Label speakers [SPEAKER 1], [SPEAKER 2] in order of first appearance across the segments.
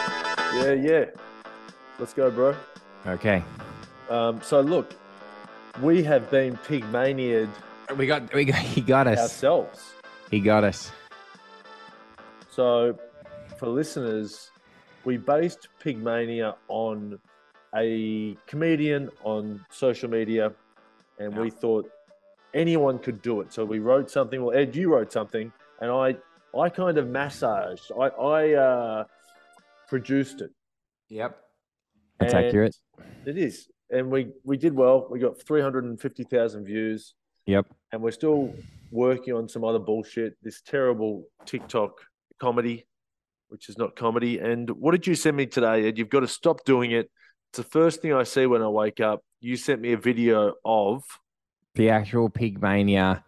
[SPEAKER 1] Yeah, yeah. Let's go, bro.
[SPEAKER 2] Okay.
[SPEAKER 1] Um, so look, we have been pygmaniaed
[SPEAKER 2] We got we got he got us.
[SPEAKER 1] ourselves.
[SPEAKER 2] He got us.
[SPEAKER 1] So for listeners, we based Pygmania on a comedian on social media, and we thought anyone could do it. So we wrote something. Well, Ed, you wrote something, and I, I kind of massaged. I, I uh, produced it.
[SPEAKER 2] Yep. That's
[SPEAKER 1] And
[SPEAKER 2] accurate.
[SPEAKER 1] It is, and we we did well. We got three hundred and fifty thousand views.
[SPEAKER 2] Yep.
[SPEAKER 1] and we're still working on some other bullshit. This terrible TikTok comedy, which is not comedy. And what did you send me today, Ed? You've got to stop doing it. It's the first thing I see when I wake up. You sent me a video of
[SPEAKER 2] The actual Pigmania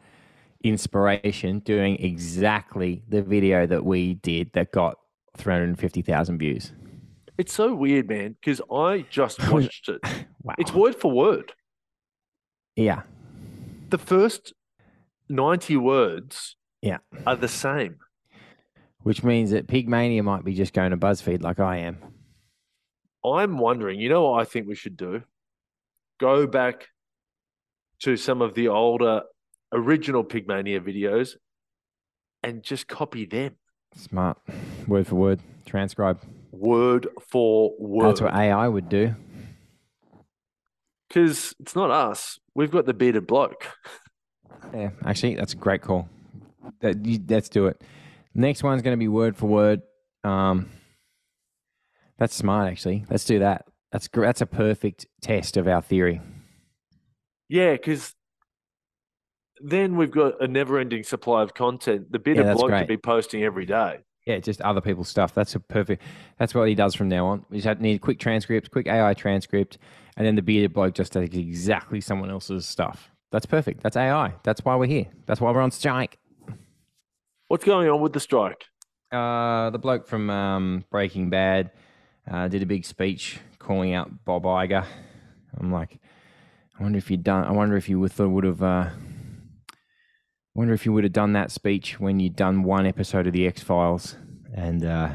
[SPEAKER 2] inspiration doing exactly the video that we did that got 350,000 views.
[SPEAKER 1] it's so weird, man, because I just watched it.
[SPEAKER 2] Wow.
[SPEAKER 1] It's word for word.
[SPEAKER 2] yeah.
[SPEAKER 1] The first 90 words
[SPEAKER 2] Yeah.
[SPEAKER 1] are the same.
[SPEAKER 2] Which means that Pigmania might be just going to BuzzFeed like I am.
[SPEAKER 1] I'm wondering, you know what I think we should do? Go back to some of the older original Pygmania videos and just copy them
[SPEAKER 2] Smart. Word for word. Transcribe.
[SPEAKER 1] word for word.
[SPEAKER 2] That's what AI would do.
[SPEAKER 1] Because it's not us. We've got the bearded bloke.
[SPEAKER 2] Yeah, actually, that's a great call. That, you, let's do it. Next one's going to be word for word. Um, that's smart, actually. Let's do that. That's gr- that's a perfect test of our theory.
[SPEAKER 1] Yeah, because then we've got a never ending supply of content. The bearded
[SPEAKER 2] that's
[SPEAKER 1] bloke
[SPEAKER 2] great.
[SPEAKER 1] could be posting every day.
[SPEAKER 2] Yeah, just other people's stuff. That's a perfect. That's what he does from now on. We just have, need quick transcripts, quick AI transcript, and then the bearded bloke just takes exactly someone else's stuff. That's perfect. That's AI. That's why we're here. That's why we're on strike.
[SPEAKER 1] What's going on with the strike?
[SPEAKER 2] Uh, the bloke from um, Breaking Bad uh, did a big speech calling out Bob Iger. I'm like, I wonder if you done. I wonder if you would would have. Uh, wonder if you would have done that speech when you'd done one episode of the X Files, and uh,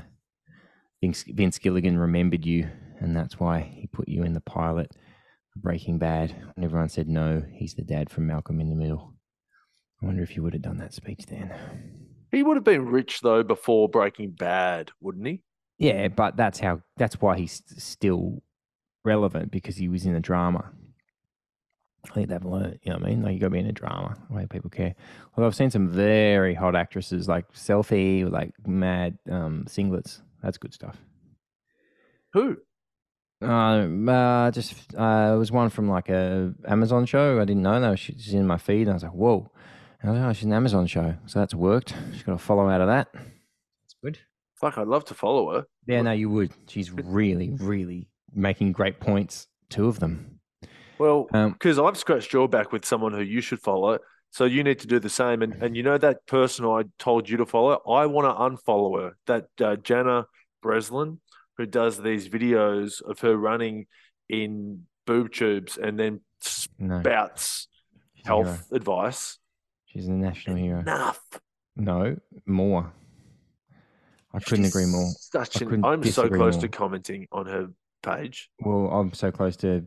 [SPEAKER 2] Vince, Vince Gilligan remembered you, and that's why he put you in the pilot for Breaking Bad. And everyone said no, he's the dad from Malcolm in the Middle. I wonder if you would have done that speech then.
[SPEAKER 1] He would have been rich, though, before Breaking Bad, wouldn't he?
[SPEAKER 2] Yeah, but that's how that's why he's s- still relevant because he was in a drama. I think they've learned, you know what I mean? Like you gotta be in a drama where people care. Although I've seen some very hot actresses like selfie, like mad um, singlets. That's good stuff.
[SPEAKER 1] Who?
[SPEAKER 2] Uh, uh just uh, it was one from like a Amazon show. I didn't know that she- she's in my feed, and I was like, whoa. And I was like, oh, she's an Amazon show, so that's worked. She's got a follow out of that. That's good.
[SPEAKER 1] Fuck, I'd love to follow her.
[SPEAKER 2] Yeah, no, you would. She's really, really making great points. Two of them.
[SPEAKER 1] Well,
[SPEAKER 2] Um,
[SPEAKER 1] because I've scratched your back with someone who you should follow. So you need to do the same. And and you know that person I told you to follow, I want to unfollow her. That uh, Jana Breslin, who does these videos of her running in boob tubes and then
[SPEAKER 2] No,
[SPEAKER 1] spouts
[SPEAKER 2] she's a hero.
[SPEAKER 1] health advice.
[SPEAKER 2] She's a national hero.
[SPEAKER 1] Enough.
[SPEAKER 2] No, more. I couldn't agree more.
[SPEAKER 1] Such
[SPEAKER 2] I
[SPEAKER 1] an,
[SPEAKER 2] couldn't
[SPEAKER 1] I'm so
[SPEAKER 2] disagree
[SPEAKER 1] close
[SPEAKER 2] more.
[SPEAKER 1] to commenting on her page.
[SPEAKER 2] Well, I'm so close to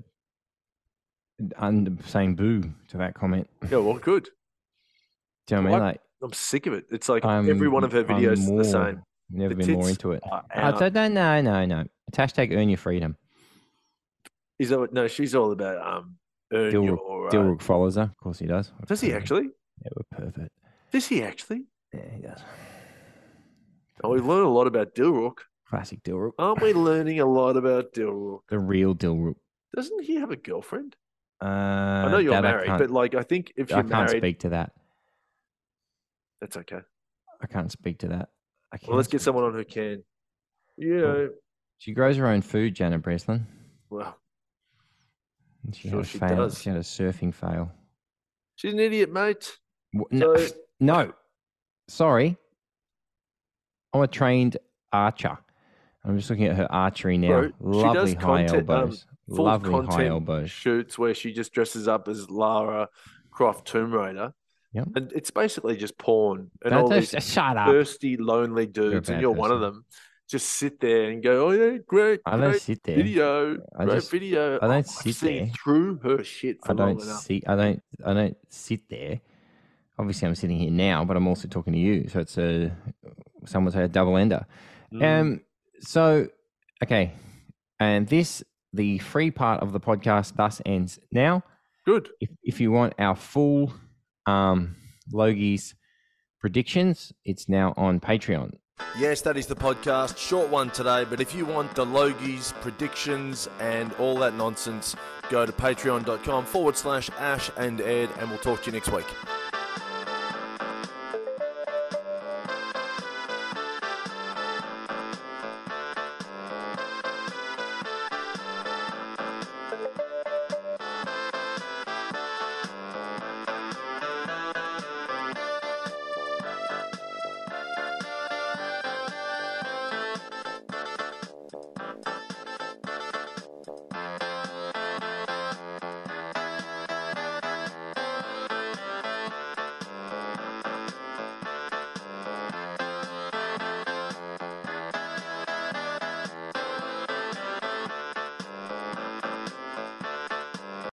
[SPEAKER 2] un- saying boo to that comment. Do
[SPEAKER 1] Yeah, well, good.
[SPEAKER 2] you know what I mean?
[SPEAKER 1] What?
[SPEAKER 2] Like,
[SPEAKER 1] I'm sick of it. It's like
[SPEAKER 2] I'm,
[SPEAKER 1] every one of her
[SPEAKER 2] I'm
[SPEAKER 1] videos is
[SPEAKER 2] more-
[SPEAKER 1] the same.
[SPEAKER 2] Never
[SPEAKER 1] The
[SPEAKER 2] been more
[SPEAKER 1] tits
[SPEAKER 2] into it.
[SPEAKER 1] Uh,
[SPEAKER 2] I
[SPEAKER 1] out.
[SPEAKER 2] don't, no, no, no. It's hashtag earn your freedom.
[SPEAKER 1] Is that what? No, she's all about um. Earn
[SPEAKER 2] Dilruk-
[SPEAKER 1] your, uh,
[SPEAKER 2] Dilruk follows her. Of course he does. What a
[SPEAKER 1] Does he
[SPEAKER 2] pervert.
[SPEAKER 1] actually?
[SPEAKER 2] Yeah, we're perfect.
[SPEAKER 1] Does he actually?
[SPEAKER 2] Yeah, he does.
[SPEAKER 1] Oh, we learn a lot about Dilrook.
[SPEAKER 2] Classic Dilruk.
[SPEAKER 1] Aren't we learning a lot about Dilrook?
[SPEAKER 2] The real Dilruk.
[SPEAKER 1] Doesn't he have a girlfriend?
[SPEAKER 2] Uh,
[SPEAKER 1] I know you're married, but like I think if
[SPEAKER 2] I
[SPEAKER 1] you're
[SPEAKER 2] can't
[SPEAKER 1] married,
[SPEAKER 2] speak to that.
[SPEAKER 1] that's okay.
[SPEAKER 2] I can't speak to that. I can't
[SPEAKER 1] Well, let's get
[SPEAKER 2] speak-
[SPEAKER 1] someone on who can. You
[SPEAKER 2] Cool.
[SPEAKER 1] know,
[SPEAKER 2] She grows her own food, Janet Breslin.
[SPEAKER 1] well,
[SPEAKER 2] And She
[SPEAKER 1] Sure
[SPEAKER 2] had a
[SPEAKER 1] she
[SPEAKER 2] fail.
[SPEAKER 1] does.
[SPEAKER 2] She had a surfing fail.
[SPEAKER 1] she's an idiot, mate.
[SPEAKER 2] W- No,
[SPEAKER 1] So-
[SPEAKER 2] no, sorry. I'm a trained archer. I'm just looking at her archery
[SPEAKER 1] Bro, she
[SPEAKER 2] now.
[SPEAKER 1] does
[SPEAKER 2] Lovely high
[SPEAKER 1] content- um,
[SPEAKER 2] elbows.
[SPEAKER 1] Full
[SPEAKER 2] Lovely high
[SPEAKER 1] content
[SPEAKER 2] elbows.
[SPEAKER 1] shoots where she just dresses up as Lara Croft Tomb Raider.
[SPEAKER 2] Yep.
[SPEAKER 1] And it's basically just porn and
[SPEAKER 2] Don't-
[SPEAKER 1] all
[SPEAKER 2] don't-
[SPEAKER 1] these
[SPEAKER 2] shut up.
[SPEAKER 1] thirsty, lonely dudes, and
[SPEAKER 2] bad
[SPEAKER 1] you're one of
[SPEAKER 2] person.
[SPEAKER 1] them. just sit there and go, oh yeah, great,
[SPEAKER 2] I don't
[SPEAKER 1] great
[SPEAKER 2] sit there.
[SPEAKER 1] video,
[SPEAKER 2] I
[SPEAKER 1] great
[SPEAKER 2] just-
[SPEAKER 1] video.
[SPEAKER 2] I don't
[SPEAKER 1] I've
[SPEAKER 2] sit
[SPEAKER 1] seen
[SPEAKER 2] there.
[SPEAKER 1] through her shit for
[SPEAKER 2] I
[SPEAKER 1] long
[SPEAKER 2] don't
[SPEAKER 1] enough.
[SPEAKER 2] sit. I don't. I don't sit there. Obviously, I'm sitting here now, but I'm also talking to you. So it's a some would say a double ender.
[SPEAKER 1] Mm.
[SPEAKER 2] Um. So, okay, and this the free part of the podcast thus ends now.
[SPEAKER 1] Good.
[SPEAKER 2] If if you want our full um Logie's predictions, it's now on Patreon.
[SPEAKER 3] Yes, that is the podcast. Short one today, but if you want the Logies, predictions, and all that nonsense, go to patreon.com forward slash ash and ed, and we'll talk to you next week.